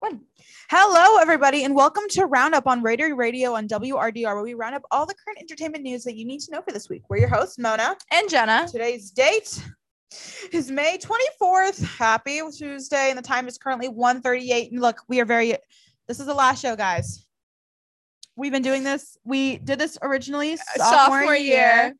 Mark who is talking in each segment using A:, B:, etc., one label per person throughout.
A: One. Hello, everybody, and welcome to Roundup on Raider Radio on WRDR, where we round up all the current entertainment news that you need to know for this week. We're your hosts, Mona.
B: And Jenna.
A: Today's date is May 24th. Happy Tuesday, and the time is currently 1.38. And look, we are very, this is the last show, guys. We've been doing this. We did this originally Uh, sophomore, year.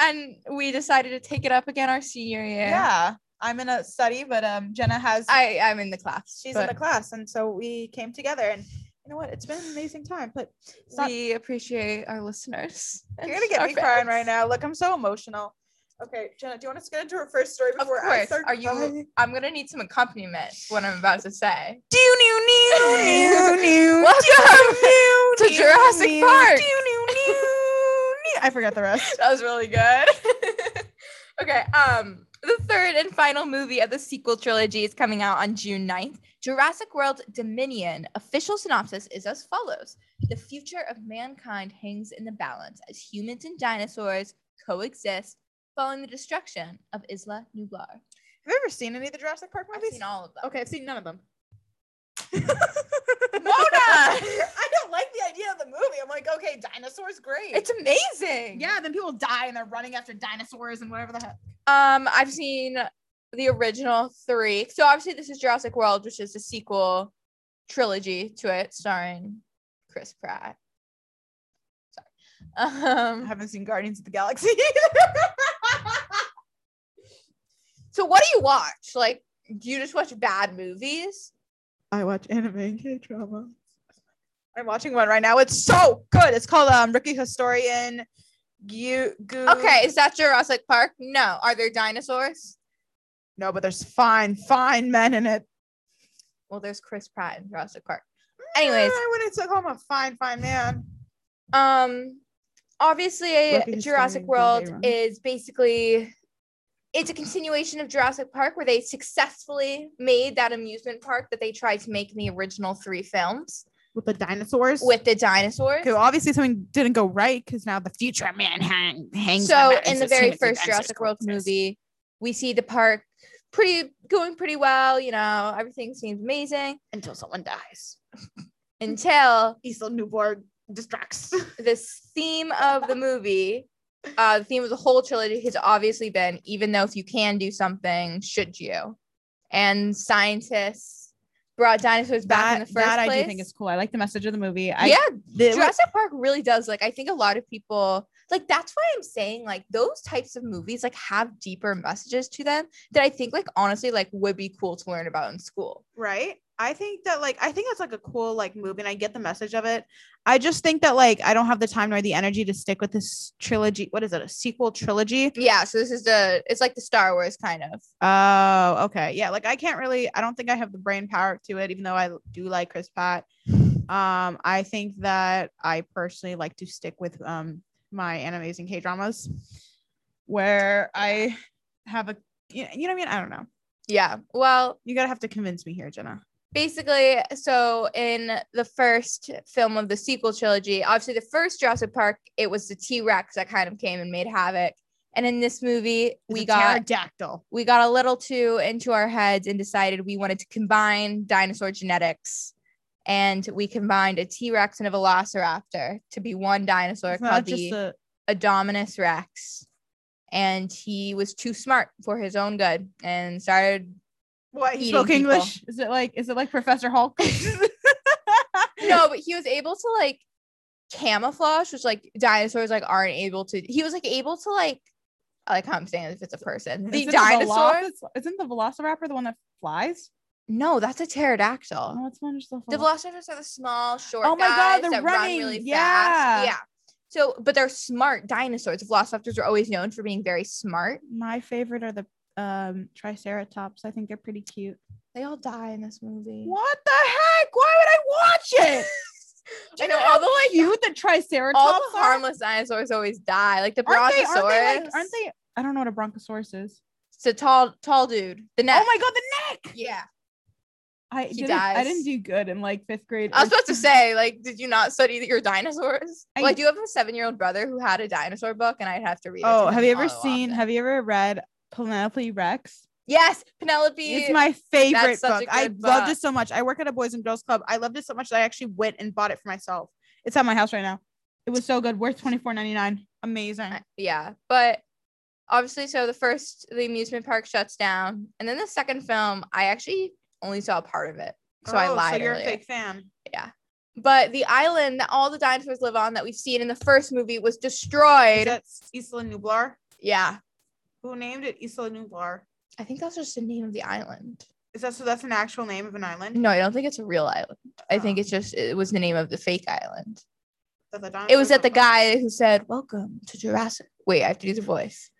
B: And we decided to take it up again our senior year.
A: Yeah. I'm in a study, but um, Jenna has
B: I, I'm in the class.
A: she's in
B: but
A: the class and so we came together and you know what it's been an amazing time but it's not,
B: We appreciate our listeners.
A: you're gonna get me crying right now look i'm so emotional okay jenna do you want us to get into her first story
B: Of
A: before i
B: course.
A: start
B: Are you?
A: crying?
B: I'm gonna need some accompaniment to what I'm about to say.
A: do new new new
B: Welcome to Jurassic Park.
A: i forgot the rest
B: That was really good. okay. Um, the third and final movie of the sequel trilogy is coming out on June 9th. Jurassic World Dominion official synopsis is as follows The future of mankind hangs in the balance as humans and dinosaurs coexist following the destruction of Isla Nublar.
A: have you ever seen any of the jurassic park
B: I've
A: movies
B: seen all of them.
A: okay i've seen none of them
B: Mona!
A: I don't like the idea of the movie. I'm like, okay, dinosaurs, great.
B: It's amazing.
A: yeah, then people die and they're running after dinosaurs and whatever the heck.
B: Um, I've seen the original three. So obviously, this is Jurassic World, which is the sequel trilogy to it, starring Chris Pratt. Sorry.
A: I
B: Um,
A: haven't seen Guardians of the Galaxy either.
B: so what do you watch? Like, do you just watch bad movies?
A: I watch anime and K drama. I'm watching one right now. It's so good. It's called um Rookie Historian. You goo.
B: Okay, is that Jurassic Park? No. Are there dinosaurs?
A: No, but there's fine, fine men in it.
B: Well, there's Chris Pratt in Jurassic Park. Anyways.
A: Eh, I wouldn't say I'm a fine, fine man.
B: Um, obviously,
A: Rookie
B: Jurassic
A: historian
B: World
A: B.J. Ryan.
B: is basically it's a continuation of Jurassic Park, where they successfully made that amusement park that they tried to make in the original three films
A: With the dinosaurs.
B: with the dinosaurs.
A: okay, well, obviously something didn't go right because now the future of man hang, hangs. on
B: So,
A: mountains
B: in the
A: as
B: very
A: humans and
B: first Jurassic
A: dinosaurs
B: World
A: coexist.
B: movie, we see the park pretty going pretty well. You know, everything seems amazing
A: until someone dies,
B: Hmm. until
A: Isla Newborn distracts.
B: this theme of the movie, uh, the theme of the whole trilogy has obviously been even though if you can do something, should you? And scientists brought dinosaurs back in the first place.
A: I do think is cool. I like the message of the movie. I,
B: yeah,
A: the-
B: Jurassic Park really does. Like, I think a lot of people like that's why I'm saying like those types of movies like have deeper messages to them that I think like honestly like would be cool to learn about in school.
A: right i think that like i think that's like a cool like movie and i get the message of it i just think that like i don't have the time nor the energy to stick with this trilogy what is it a sequel trilogy
B: Yeah, so this is the it's like the Star Wars kind of.
A: oh okay yeah like i can't really i don't think i have the brain power to it even though i do like chris pat um i think that i personally like to stick with um my animes and k dramas where i have a you know, you know what i mean i don't know
B: Yeah. Well,
A: you gotta have to convince me here jenna
B: basically so in the first film of the sequel trilogy obviously the first jurassic park it was the t-rex that kind of came and made havoc and in this movie we
A: It's a
B: got
A: pterodactyl
B: we got a little too into our heads and decided we wanted to combine dinosaur genetics and we combined a t-rex and a velociraptor to be one dinosaur
A: It's not
B: called
A: just
B: the
A: a
B: Adominus Rex, and he was too smart for his own good and started
A: What
B: eating
A: he spoke
B: people.
A: English? Is it like is it like Professor Hulk?
B: no, but he was able to like camouflage, which like dinosaurs like aren't able to. He was like able to like I like how I'm saying if it's a person. The
A: Isn't
B: dinosaur?
A: Veloc- isn't the Velociraptor the one that flies?
B: no, that's a pterodactyl.
A: Oh, it's one just the,
B: The
A: Velo-
B: velociraptors are the small, short.
A: Oh my God,
B: guys
A: they're
B: that
A: running.
B: Run really
A: Yeah.
B: fast. Yeah. So, but they're smart dinosaurs. Velociraptors are always known for being very smart.
A: My favorite are the um Triceratops. I think they're pretty cute.
B: They all die in this movie.
A: What the heck? Why would I watch it? Do
B: I
A: you
B: know
A: how
B: all the like
A: cute the Triceratops
B: all the
A: are?
B: harmless dinosaurs always die. Like the
A: Aren't
B: brontosaurus.
A: they, aren't they like aren't they I don't know what a brontosaurus is.
B: It's a tall, tall dude. The neck.
A: Oh my god, the neck!
B: yeah.
A: I
B: He
A: didn't, I
B: dies.
A: didn't do good in like fifth grade.
B: I was
A: or-
B: about to say, like, did you not study your dinosaurs?
A: I-
B: well, I do have a seven-year-old brother who had a dinosaur book, and I'd have to read. it to
A: Oh,
B: him
A: have you
B: all
A: ever
B: too
A: seen?
B: often.
A: Have you ever read Penelope Rex?
B: Yes, Penelope.
A: It's my favorite
B: That's such a
A: book. I
B: good
A: loved
B: book.
A: it so much. I work at a Boys and Girls Club. I loved it so much that I actually went and bought it for myself. It's at my house right now. It was so good. Worth twenty four ninety nine. Amazing.
B: I- yeah but obviously so the first the amusement park shuts down and then the second film i actually only saw part of it so i
A: Oh,
B: lied
A: you're
B: earlier.
A: a big fan.
B: but the island that all the dinosaurs live on that we've seen in the first movie was
A: Is
B: destroyed
A: that Isla Nublar?
B: yeah
A: Who named it Isla Nublar?
B: i think that's just the name of the island
A: Is that so? That's an actual name of an island.
B: no i don't think it's a real island i think
A: Oh.
B: it's just it was the name of the fake island
A: That the
B: it was
A: dinosaurs
B: at the
A: live on.
B: guy who said welcome to jurassic wait i have to do the voice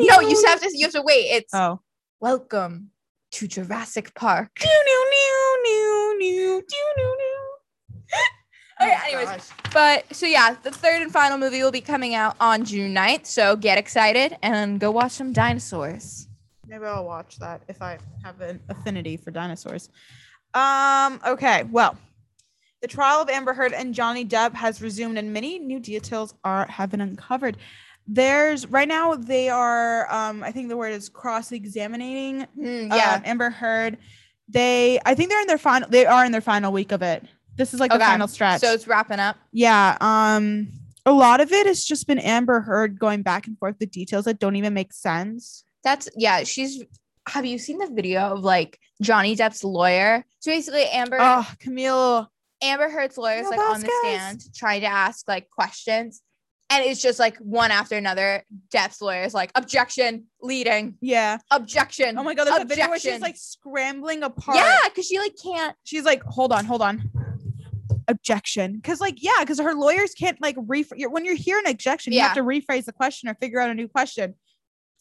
B: no you have to you have to wait it's
A: Oh.
B: welcome to jurassic park
A: Oh
B: Okay, anyways, But so yeah, the third and final movie will be coming out on June 9th. So get excited and go watch some dinosaurs.
A: Maybe I'll watch that if I have an affinity for dinosaurs. Um, okay, well, the trial of Amber Heard and Johnny Depp has resumed, and many new details are have been uncovered. There's right now they are um, I think the word is cross-examining yeah.
B: Hmm, yeah.
A: Amber Heard. They I think they're in their final they are in their final week of it. This is like the
B: Okay,
A: final stretch.
B: so it's wrapping up.
A: Yeah. Um, a lot of it has just been Amber Heard going back and forth with details that don't even make sense.
B: That's yeah, she's have you seen the video of like Johnny Depp's lawyer? So basically Amber
A: Oh, Camille.
B: Amber Heard's lawyer
A: No
B: is like on the
A: Vasquez.
B: stand trying to ask like questions. And it's just like one after another. Depp's lawyer is like objection, leading,
A: Yeah.
B: objection.
A: Oh my god, there's a video where she's
B: objection."
A: like scrambling apart.
B: Yeah, because she like can't
A: She's like, hold on, hold on. Objection. Cause like, yeah, because her lawyers can't like rephrase when you're hearing objection, you
B: Yeah.
A: have to rephrase the question or figure out a new question.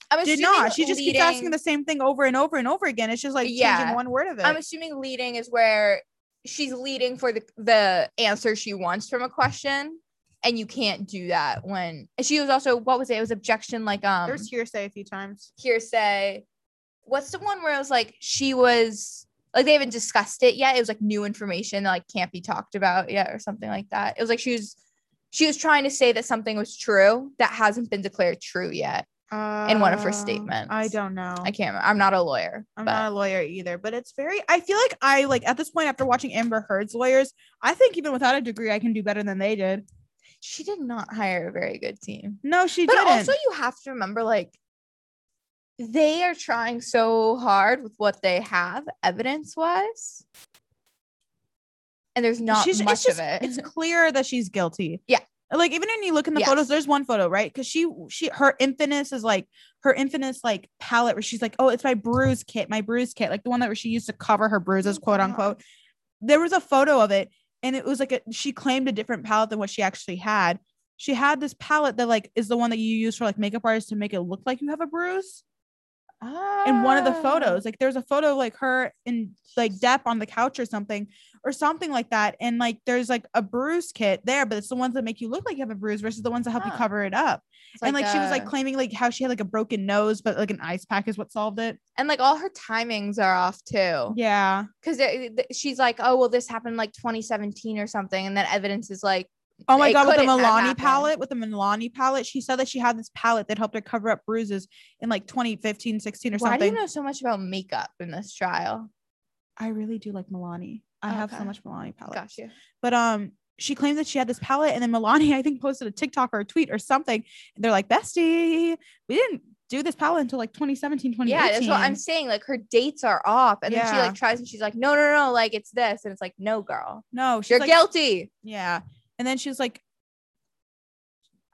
B: I'm
A: Did
B: assuming
A: not. She just keeps
B: leading-
A: asking the same thing over and over and over again. It's just like
B: Yeah.
A: changing one word of it.
B: I'm assuming leading is where she's leading for the, the answer she wants from a question. And you can't do that when and she was also what was it? It was objection like um
A: There's hearsay a few times.
B: hearsay. What's the one where it was like she was like they haven't discussed it yet. It was like new information that like can't be talked about yet or something like that. It was like she was she was trying to say that something was true that hasn't been declared true yet.
A: In
B: one of her statements.
A: Uh, Um, I don't know.
B: I can't remember. I'm not a lawyer.
A: I'm
B: but
A: not a lawyer either, but it's very. I feel like I like at this point after watching Amber Heard's lawyers, I think even without a degree, I can do better than they did.
B: she did not hire a very good team.
A: No, she
B: but
A: didn't.
B: also you have to remember like they are trying so hard with what they have evidence wise and there's not
A: She's- it's
B: much
A: just-
B: of it
A: it's clear that she's guilty.
B: Yeah.
A: Like even when you look in the
B: Yes.
A: photos, there's one photo, right? Because she she her infamous is like her infamous like palette where she's like, oh, it's my bruise kit, my bruise kit, like the one that she used to cover her bruises,
B: Oh,
A: quote
B: God.
A: unquote. There was a photo of it, and it was like a, she claimed a different palette than what she actually had. She had this palette that like is the one that you use for like makeup artists to make it look like you have a bruise. in one of the
B: Ah.
A: photos. Like there's a photo of like her and like Depp on the couch or something or something like that. And like there's like a bruise kit there, but it's the ones that make you look like you have a bruise versus the ones that help you
B: Huh.
A: cover it up.
B: It's
A: and like she was
B: a-
A: like claiming like how she had like a broken nose, but like an ice pack is what solved it.
B: and like all her timings are off too
A: Yeah.
B: because she's like oh well this happened like 2017 or something and then evidence is like
A: Oh my
B: It
A: god, with the
B: couldn't have
A: Milani
B: happened.
A: palette, with the Milani palette, she said that she had this palette that helped her cover up bruises in like 2015, 16 or
B: why do
A: something.
B: you know so much about makeup in this trial
A: I really do like Milani. I have so
B: Okay.
A: much Milani palette.
B: got you
A: But um, she claimed that she had this palette, and then Milani, I think, posted a TikTok or a tweet or something. And they're like, "Bestie, we didn't do this palette until like 2017, 2018."
B: Yeah, that's what I'm saying. Like her dates are off, and then she
A: Yeah.
B: like tries and she's like, no, no, no, like it's this, and it's like, no, girl,
A: No, she's
B: you're
A: like,
B: guilty.
A: Yeah, and then she was like,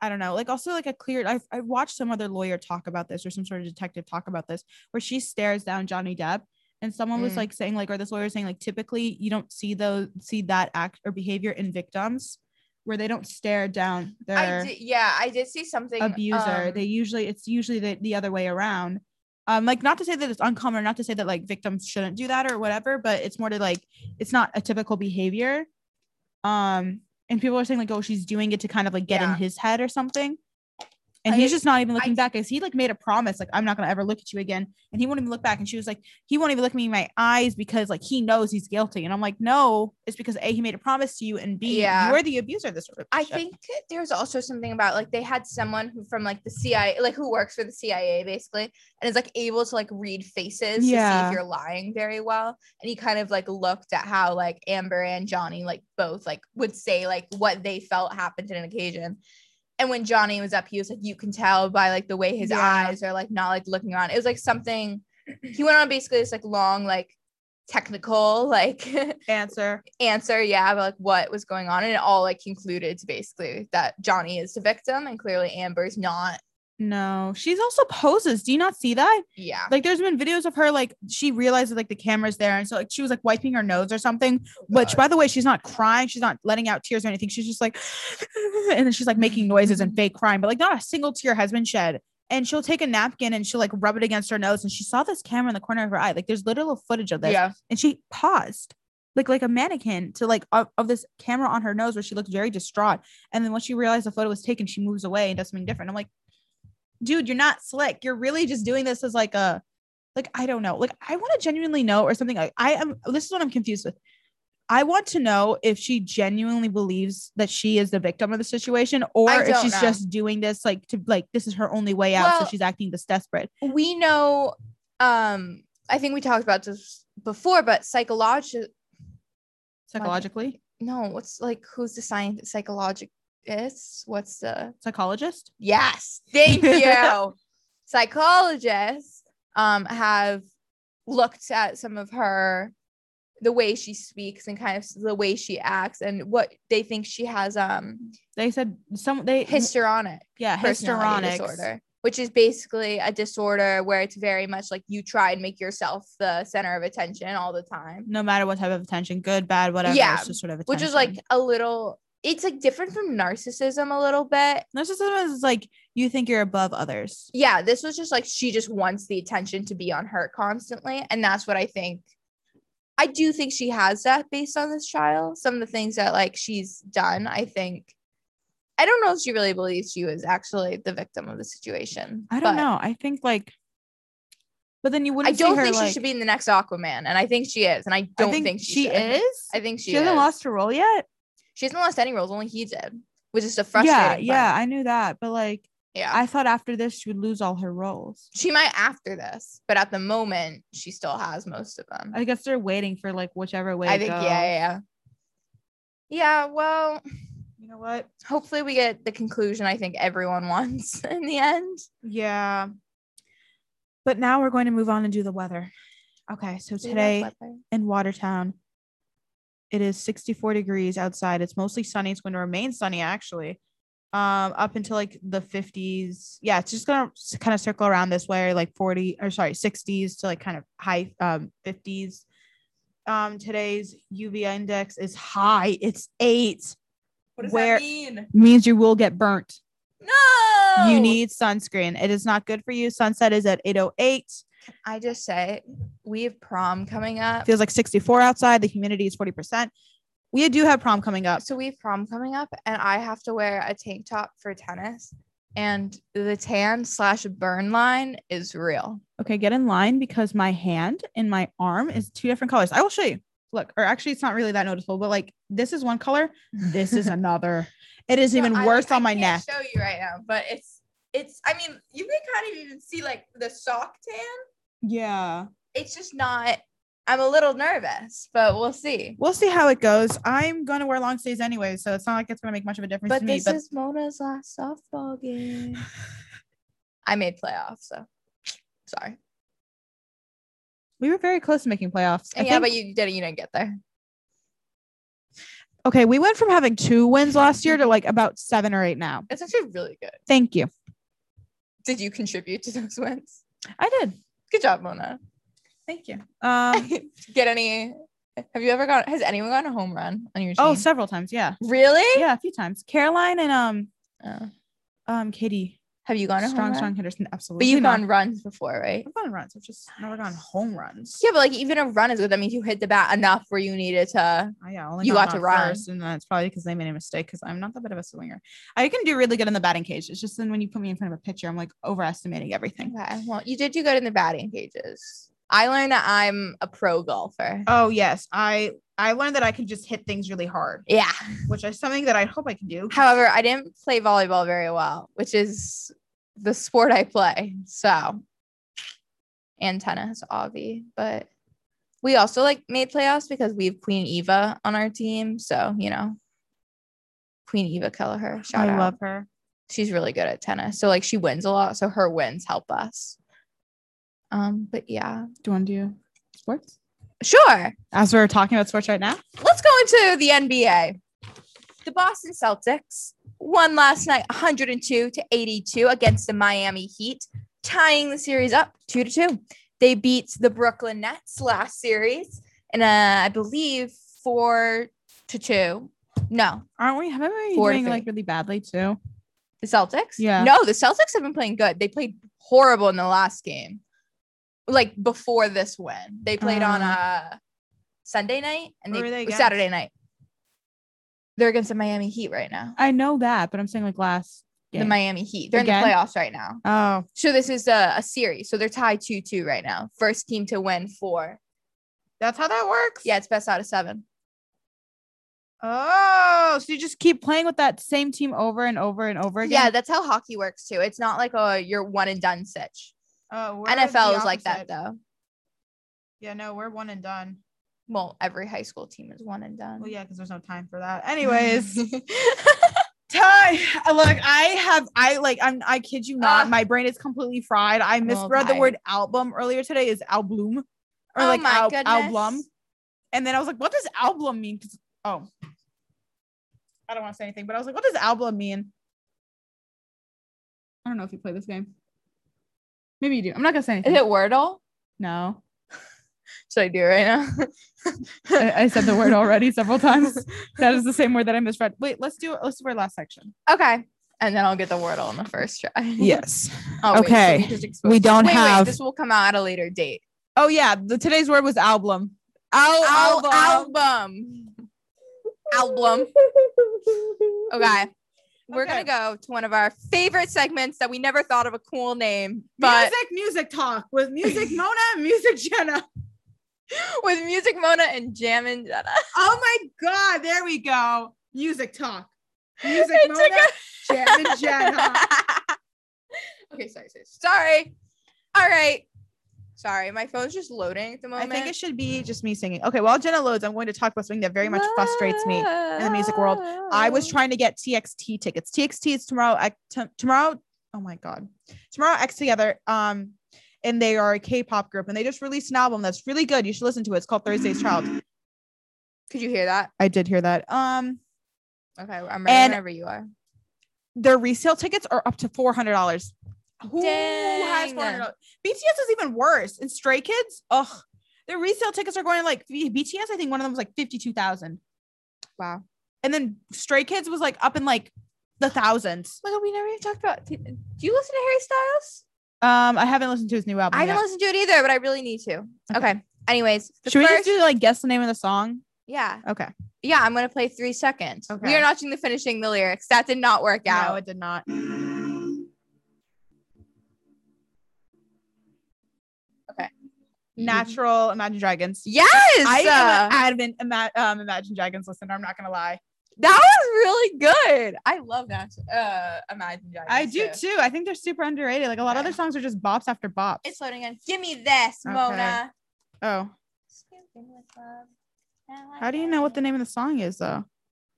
A: I don't know, like also like a clear. I I watched some other lawyer talk about this or some sort of detective talk about this, where she stares down Johnny Depp. And someone was
B: Mm.
A: like saying, like, or this lawyer was saying, like, typically you don't see those see that act or behavior in victims, where they don't stare down their.
B: I did, yeah, I did see something.
A: abuser
B: um,
A: they usually it's usually the, the other way around um like not to say that it's uncommon or not to say that like victims shouldn't do that or whatever but it's more to like it's not a typical behavior um and people are saying like oh she's doing it to kind of like get
B: Yeah.
A: in his head or something And
B: I-
A: he's just not even looking
B: I-
A: back as he like made a promise, like, I'm not gonna ever look at you again. And he won't even look back. And she was like, he won't even look me in my eyes because like he knows he's guilty. And I'm like, no, it's because A, he made a promise to you, and B,
B: Yeah.
A: you're the abuser of this relationship.
B: I think there's also something about like they had someone who from like the CIA, like who works for the CIA basically, and is like able to like read faces to see
A: Yeah.
B: if you're lying very well. And he kind of like looked at how like Amber and Johnny like both like would say like what they felt happened in an occasion. And when Johnny was up, he was like, you can tell by like the way his
A: Yeah.
B: eyes are like not like looking around. It was like something he went on basically this like long like technical like
A: answer.
B: answer, yeah, but like what was going on, and it all like concluded to basically that Johnny is the victim, and clearly Amber's not.
A: No, she's also poses. Do you not see that?
B: Yeah,
A: Like, there's been videos of her, like, she realized that, like, the camera's there. And so, like, she was, like, wiping her nose or something, which, by the way, she's not crying. She's not letting out tears or anything. She's just like, and then she's, like, making noises and fake crying, but, like, not a single tear has been shed. And she'll take a napkin and she'll, like, rub it against her nose. And she saw this camera in the corner of her eye. Like, there's literal footage of this.
B: yeah,
A: And she paused. Like, like a mannequin to like of, of this camera on her nose where she looked very distraught. And then once she realized the photo was taken, she moves away and does something different. I'm like, dude, you're not slick. You're really just doing this as like a, like I don't know. Like I want to genuinely know or something. Like I am. This is what I'm confused with. I want to know if she genuinely believes that she is the victim of the situation, or
B: I
A: if
B: don't
A: she's
B: know.
A: just doing this like to like this is her only way out,
B: Well-
A: so she's acting this desperate.
B: we know. Um, I think we talked about this before, but psychological.
A: Psychologically,
B: No, what's like who's the scientist? Psychologist? What's the
A: psychologist.
B: Yes, thank you. Psychologists um, have looked at some of her, the way she speaks and kind of the way she acts, and what they think she has um,
A: They said some they
B: histrionic
A: yeah
B: personality
A: histrionics.
B: disorder, which is basically a disorder where it's very much like you try and make yourself the center of attention all the time,
A: no matter what type of attention, good, bad, whatever.
B: Yeah,
A: it's just sort of attention.
B: which is like a little. It's like different from narcissism a little bit.
A: narcissism is like you think you're above others.
B: yeah, this was just like she just wants the attention to be on her constantly. And that's what I think. I do think she has that based on this trial. Some of the things that like she's done, I think. I don't know if she really believes she was actually the victim of the situation.
A: I don't
B: but
A: know. I think like, but then you
B: I
A: wouldn't. see
B: don't
A: her,
B: think
A: like,
B: she should be in the next Aquaman. And I think she is. And I
A: I
B: don't think, she, should.
A: is.
B: I think she,
A: she, hasn't
B: is.
A: lost her role yet.
B: she hasn't lost any roles, only he did, which is a frustrating.
A: Yeah,
B: part.
A: yeah, I knew that, but like,
B: Yeah.
A: I thought after this she would lose all her roles.
B: she might after this, but at the moment, she still has most of them.
A: I guess they're waiting for like whichever way. to
B: I think yeah,
A: go.
B: yeah, yeah. Yeah, well,
A: You know what?
B: hopefully we get the conclusion I think everyone wants in the end.
A: Yeah. But now we're going to move on and do the weather. Okay, so today in Watertown. It is 64 degrees outside. It's mostly sunny. It's going to remain sunny actually. Um up until like the 50s. Yeah, it's just going to kind of circle around this way like 40 or sorry, 60s to like kind of high um 50s. Um today's UV index is high. It's 8.
B: What
A: does that Where-
B: mean?
A: Means you will get burnt.
B: No.
A: You need sunscreen. It is not good for you. Sunset is at 808.
B: I just say we have prom coming up.
A: Feels like 64 outside. The humidity is 40%. We do have prom coming up.
B: So we have prom coming up, and I have to wear a tank top for tennis, and the tan slash burn line is real.
A: Okay, get in line because my hand and my arm is two different colors. I will show you. Look, or actually, it's not really that noticeable, but like this is one color, this is another. It is
B: So
A: even
B: I,
A: worse
B: like, I
A: on my
B: can't
A: neck.
B: Show you right now, but it's it's. I mean, you can kind of even see like the sock tan.
A: Yeah.
B: It's just not. I'm a little nervous, but we'll see.
A: We'll see how it goes. I'm going to wear long sleeves anyway, so it's not like it's going to make much of a difference
B: But
A: to me.
B: this
A: But
B: is Mona's last softball game. I made playoffs, so sorry.
A: we were very close to making playoffs. I
B: And yeah,
A: think-
B: but you didn't. You didn't get there.
A: okay, we went from having two wins last year to
B: Mm-hmm.
A: like about seven or eight now.
B: It's actually really good.
A: Thank you.
B: Did you contribute to those wins?
A: I did.
B: Good job, Mona.
A: Thank you. Um,
B: get any? Have you ever gone? Has anyone gone a home run on your team?
A: oh, several times. Yeah.
B: really?
A: Yeah, a few times. Caroline and um,
B: Oh.
A: um, Katie
B: Have you gone a
A: strong,
B: home
A: strong
B: run?
A: hitters. Absolutely.
B: But you've
A: not.
B: gone runs before, right?
A: I've gone runs. I've just never gone home runs.
B: Yeah, but like even a run is good. That means you hit the bat enough where you needed to.
A: Oh, yeah, only
B: You
A: gone
B: got to
A: on
B: run.
A: first, and that's probably because they made a mistake. Because I'm not that bit of a swinger. I can do really good in the batting cage. It's just then when you put me in front of a pitcher, I'm like overestimating everything.
B: Okay. Well, you did do good in the batting cages. I learned that I'm a pro golfer.
A: Oh yes, I I learned that I can just hit things really hard,
B: Yeah.
A: which is something that I hope I can do.
B: However, I didn't play volleyball very well, which is the sport I play. So, and tennis, obvi. But we also like made playoffs because we have Queen Eva on our team. So, you know, Queen Eva Kelleher. Shout
A: I
B: out.
A: love her.
B: she's really good at tennis. So like she wins a lot. So her wins help us. Um, but yeah,
A: Do you want to do sports?
B: sure.
A: As we're talking about sports right now,
B: Let's go into the NBA. The Boston Celtics won last night 102 to 82 against the Miami Heat, tying the series up 2 to 2. They beat the Brooklyn Nets last series and uh, I believe 4 to 2. No,
A: aren't we? Haven't we
B: Four to
A: doing
B: three.
A: like really badly too?
B: The Celtics?
A: Yeah.
B: No, the Celtics have been playing good. They played horrible in the last game. Like before this win. They played on a Sunday night and
A: Who
B: they,
A: are Uh. they against?
B: Saturday night. They're against the Miami Heat right now.
A: I know that, but I'm saying like last.
B: The
A: game.
B: Miami Heat. They're in
A: Again?
B: the playoffs right now.
A: Oh,
B: So this is a, a series. So they're tied 2-2 right now. First team to win four.
A: that's how that works.
B: Yeah, it's best out of seven.
A: Oh, so you just keep playing with that same team over and over and over
B: Yeah,
A: again.
B: that's how hockey works too. It's not like a you're one and done sitch.
A: Yeah. Oh,
B: NFL is like that though.
A: Yeah, no, we're one and done.
B: Well, every high school team is one and done.
A: Well, yeah, because there's no time for that. Anyways, time. Look, I have, I like, I'm, I kid you not,
B: Ah.
A: my brain is completely fried. I misread the
B: tired.
A: word album earlier today is album, or
B: oh
A: like
B: my
A: al-
B: goodness.
A: album. And then I was like, what does album mean? 'Cause- Oh, I don't want to say anything, but I was like, what does album mean? I don't know if you play this game. Maybe you do. I'm not gonna say anything.
B: Is it Wordle?
A: No,
B: Should I do it right now?
A: I, I said the word already several times. That is the same word that I misread. Wait, let's do let's do our last section.
B: okay. And then I'll get the Wordle on the first try.
A: Yes.
B: Oh, wait, so
A: okay.
B: we, just exposed-
A: don't
B: wait, Wait,
A: have-
B: this will come out at a later date.
A: Oh yeah, the today's word was album. Al-
B: Al-
A: album.
B: album. Album. Okay. We're
A: Okay.
B: gonna go to one of our favorite segments that we never thought of a cool name, but
A: But music, music talk with music Mona, and music Jenna.
B: with music Mona and Jam and Jenna.
A: Oh my god, there we go. Music talk. Music
B: It took
A: Mona, Jam and Jenna.
B: okay, sorry, sorry, sorry. All right. Sorry, my phone's just loading at the
A: I
B: moment.
A: think it should be just me singing. Okay, while Jenna loads, I'm going to talk about something that very much frustrates me. the music world. I
B: Oh.
A: was trying to get TXT tickets. TXT is tomorrow. I- t- tomorrow. Oh my god. Tomorrow X Together. Um, and they are a K-pop group, and they just released an album that's really good. You should listen to it. It's called Thursday's Child.
B: Could you hear that?
A: I did hear that. Um,
B: Okay, I'm ready
A: And-
B: whenever you are.
A: their resale tickets are up to four hundred dollars. Who has
B: Dang.
A: four hundred dollars? BTS is even worse. And Stray Kids. Ugh. Their resale tickets are going like B- BTS. I think one of them was like fifty-two thousand.
B: Wow.
A: And then Stray Kids was like up in like the thousands.
B: Look, we never even talked about. Do you listen to Harry Styles?
A: Um, I haven't listened to his new album.
B: I
A: yet.
B: haven't listened to it either, but I really need to. Okay.
A: Okay.
B: Anyways, the
A: Should we
B: first,
A: just do like guess the name of the song?
B: yeah,
A: Okay.
B: yeah, I'm gonna play three seconds. We
A: Okay.
B: are not doing the finishing the lyrics. That did not work
A: No,
B: out.
A: it did not. Natural Imagine Dragons.
B: Yes,
A: I
B: uh,
A: am an adamant ima- um, Imagine Dragons listener. I'm not gonna lie.
B: that was really good. I love that. Uh, Imagine Dragons.
A: I do too. I think they're super underrated. Like a lot of
B: Okay.
A: other songs are just bops after bops.
B: It's loading in. Give me this,
A: Okay.
B: Mona.
A: oh, how do you know what the name of the song is though?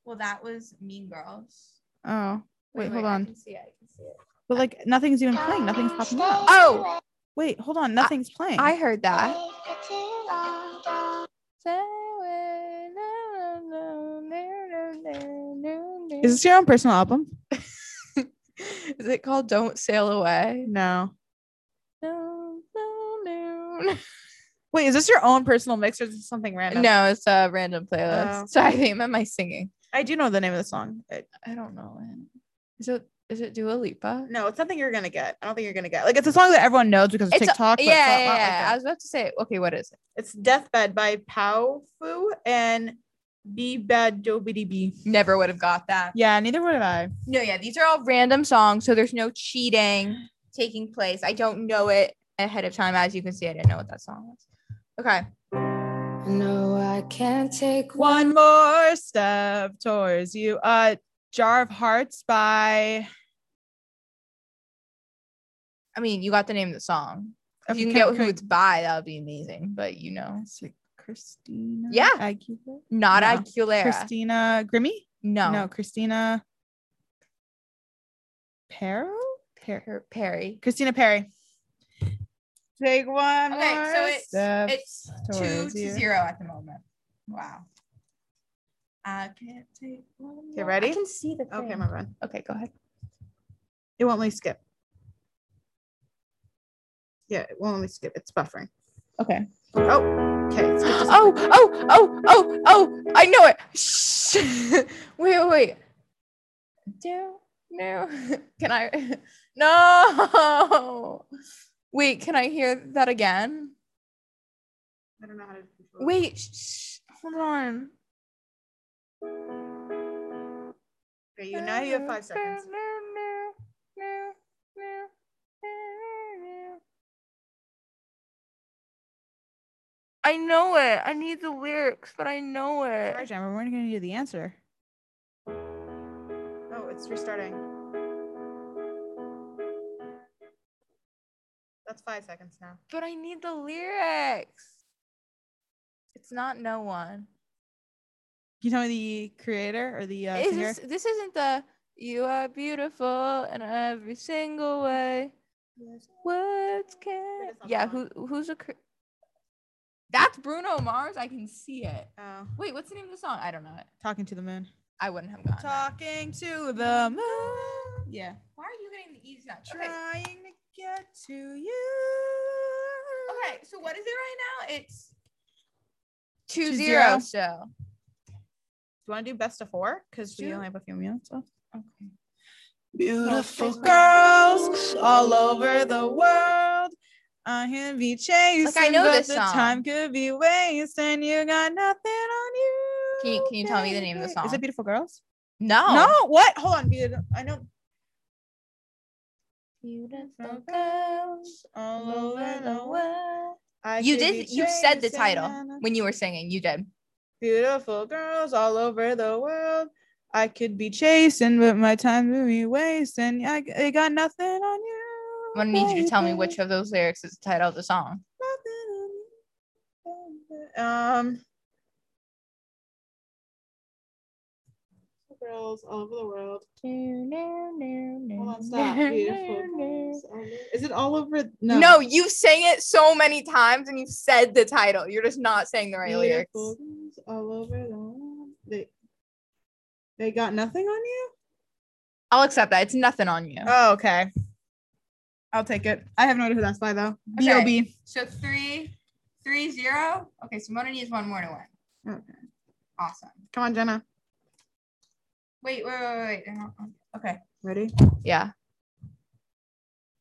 B: Well, that was Mean Girls.
A: Oh, Wait, hold
B: I
A: on.
B: can see it. I can see it.
A: but like nothing's even playing. Nothing's popping up.
B: Oh,
A: Wait, hold on. Nothing's playing.
B: I heard that.
A: is this your own personal album?
B: Is it called Don't Sail Away?
A: No.
B: No, no, no.
A: Wait, is this your own personal mix or is this something random?
B: No, it's a random playlist.
A: Oh.
B: So I think, am I singing?
A: I do know the name of the song. It-
B: I don't know. it. Is it Is it Dua Lipa?
A: No, it's something you're gonna get. I don't think you're gonna get. Like it's a song that everyone knows because of
B: It's a-
A: TikTok. but
B: Yeah,
A: it's not-
B: yeah,
A: not like
B: yeah.
A: that.
B: I was about to say, okay, what is it?
A: It's Deathbed by Pau Fu and B Bad Dobidi B.
B: Never would have got that.
A: Yeah, neither would I.
B: No, yeah, these are all random songs, so there's no cheating taking place. I don't know it ahead of time. As you can see, I didn't know what that song was. Okay.
C: No, I can't take one.
A: One more step towards you. Uh Jar of Hearts by
B: I mean, you got the name of the song. If
A: Okay,
B: you can
A: can-
B: get who
A: can-
B: it's by, that would be amazing. But you know,
A: It's like Christina.
B: Yeah.
A: Aguilera?
B: not
A: No.
B: Aguilera.
A: Christina Grimmie?
B: no.
A: No, Christina Perro? Per-
B: Per- Perry.
A: Christina Perry. Take one
B: Okay,
A: more
B: so it's-
A: step
B: It's two
A: towards you.
B: to zero at the moment. Wow. I can't take one. more.
A: ready?
B: I can see the thing.
A: Okay, my bad.
B: okay, go ahead.
A: It won't let me skip. Yeah, it won't let me skip. It's buffering.
B: Okay.
A: Oh, okay. It's good to see.
B: Oh, oh, oh, oh, oh, I know it. Shh. wait, wait, wait. Do, no. Can I? No. Wait, can I hear that again?
A: I don't know how to control it.
B: Wait, shh. Hold on.
A: Okay, you now you have five seconds.
B: I know it. I need the lyrics, but I know it.
A: Sorry, Jen, we're going to do the answer. Oh, it's restarting. That's five seconds now.
B: But I need the lyrics. It's not no one.
A: Can you tell me the creator or the uh,
B: Is
A: singer?
B: this, this isn't the you are beautiful in every single way. Words can
A: it's not
B: Yeah,
A: that one.
B: who who's a cr- That's Bruno Mars. I can see it.
A: Oh,
B: Wait, what's the name of the song? I don't know it.
A: talking to the moon.
B: I wouldn't have gotten. that.
A: Talking to the moon.
B: Yeah. Why are you getting the E's not
A: Trying to get to you.
B: Okay, so what is it right now? It's two
A: Two zero.
B: zero. So
A: Do you want to do best of four? Because we
B: Sure.
A: only have a few minutes left.
B: okay.
A: Beautiful
B: Well,
A: girls all over the world. I can be chasing,
B: know
A: but
B: this
A: the
B: song.
A: time could be wasted. and You got nothing on you.
B: Can you- can you tell me the name of the
A: baby. Is
B: song?
A: it "Beautiful Girls"?
B: No.
A: No, what? Hold on, dude. I know
B: Beautiful girls
A: all
B: all
A: over the world.
B: world.
A: I
B: You
A: could be
B: did. You said the
A: chasing
B: title
A: and I-
B: when you were singing. You did.
A: Beautiful girls all over the world. I could be chasing, but my time would be wasting. I, I got nothing on you.
B: I need you to tell me
A: baby.
B: which of those lyrics is the title of the song.
A: Um, girls all over the world. Hold on, stop. Beautiful. girls all over- Is it all over?
B: No. you sang it so many times and you said the title. You're just not saying the right lyrics.
A: Beautiful girls all over the world. They they got nothing on you.
B: I'll accept that. It's nothing on you.
A: Oh, okay. I'll take it. I have no idea who that's by though. B O B.
B: So three, three zero. Okay, so Mona needs one more to win.
A: Okay.
B: Awesome.
A: Come on, Jenna.
B: Wait, wait, wait, wait. Okay.
A: Ready?
B: Yeah.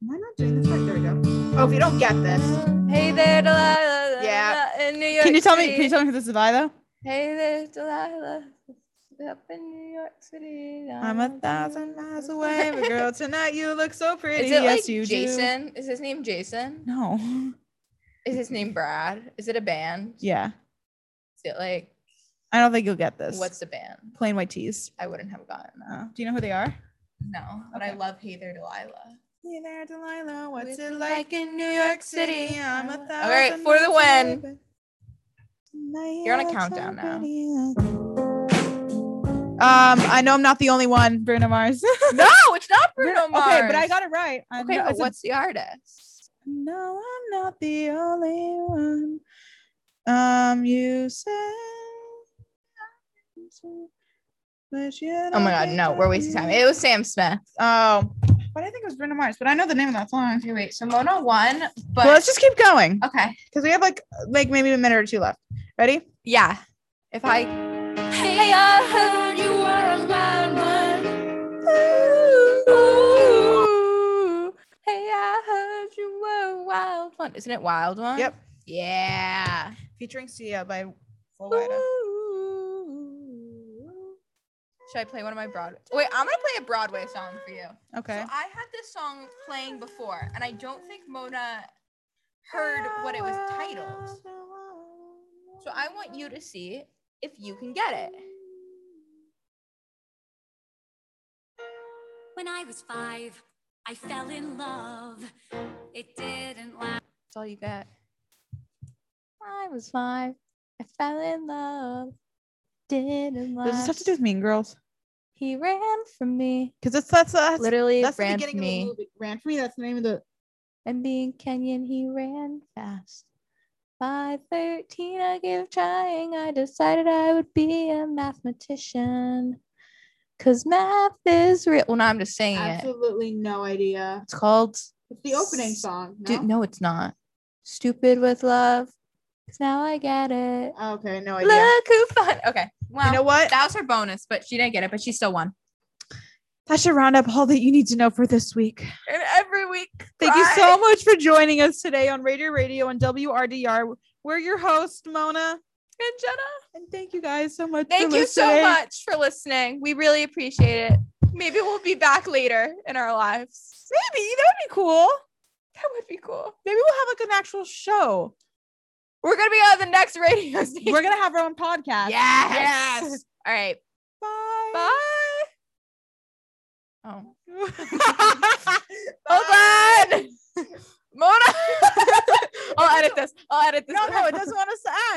A: Am I not doing this right? There we go. Oh, if you don't get this,
B: Hey there, Delilah.
A: Yeah.
B: In New York
A: can you tell me?
B: City.
A: Can you tell me who this is by though?
B: Hey there, Delilah. Up in New York City.
A: I'm a thousand miles away, but girl, tonight you look so pretty.
B: Is it
A: yes,
B: like
A: you do.
B: Jason? Is his name Jason?
A: No.
B: Is his name Brad? Is it a band?
A: Yeah.
B: Is it like
A: I don't think you'll get this.
B: what's the band?
A: plain white tees?
B: I wouldn't have gotten that.
A: Uh, do you know who they are?
B: No, but I
A: Okay.
B: love Hey There Delilah.
A: Hey there, Delilah. What's
B: What's
A: it
B: it
A: like in New York City? I'm a
B: All
A: thousand.
B: right, for the
A: miles
B: win.
A: away, but tonight
B: You're on a
A: you look so
B: countdown now.
A: pretty. Um, I know I'm not the only one, Bruno Mars.
B: No, it's not Bruno Mars.
A: Okay, but I got it right. I
B: Okay,
A: know
B: but
A: it's a-
B: what's the artist?
A: No, I'm not the only one. Um, you said, but you
B: Oh my God, no, we're wasting time. It was Sam Smith.
A: Oh, but I think it was Bruno Mars. But I know the name of that song.
B: Okay, wait. So Mona won, but
A: well, let's just keep going
B: okay.
A: because we have like like maybe a minute or two left. Ready?
B: Yeah. If I
C: Hey, I heard you were a madman.
B: one? Isn't it Wild One?
A: Yep.
B: Yeah.
A: Featuring Sia by Flo Rida.
B: Should I play one of my Broadway? Wait, I'm gonna play a Broadway song for you.
A: Okay.
B: So I had this song playing before, and I don't think Mona heard what it was titled. So I want you to see if you can get it.
D: When I was five, I fell in love. It didn't last.
B: That's all you get. I was five. I fell in love. Didn't
A: Does this have to
B: last.
A: do with Mean Girls?
B: He ran from me.
A: Because it's that's that's,
B: Literally
A: that's the
B: ran
A: beginning
B: from
A: of
B: me.
A: the movie. Ran for me. That's the name of the.
B: And being Kenyan, he ran fast. By 13, I gave trying. I decided I would be a mathematician. Cause math is real. Well, no, I'm just saying it.
A: Absolutely no idea.
B: It's called.
A: It's the opening song. No.
B: Dude, no, it's not. Stupid with love. Cause now I get it.
A: Oh, Okay, no idea.
B: Look who fun. Okay. Well,
A: you know what?
B: that was her bonus, but she didn't get it, but she still won.
A: That should round up all that you need to know for this week.
B: And every week.
A: Thank you
B: Bye.
A: so much for joining us today on Radio Radio and WRDR. We're your host, Mona.
B: And Jenna.
A: And thank you guys so much.
B: Thank
A: for
B: you so
A: listening.
B: much for listening. We really appreciate it. Maybe we'll be back later in our lives.
A: Maybe that would be cool.
B: That would be cool.
A: Maybe we'll have like an actual show.
B: We're gonna be on the next radio station.
A: We're gonna have our own podcast.
B: yes. yes. All right.
A: Bye.
B: Bye. Oh.
A: Bye.
B: Hold on. Mona. I'll edit this. I'll edit this.
A: No, no, it doesn't want us to end.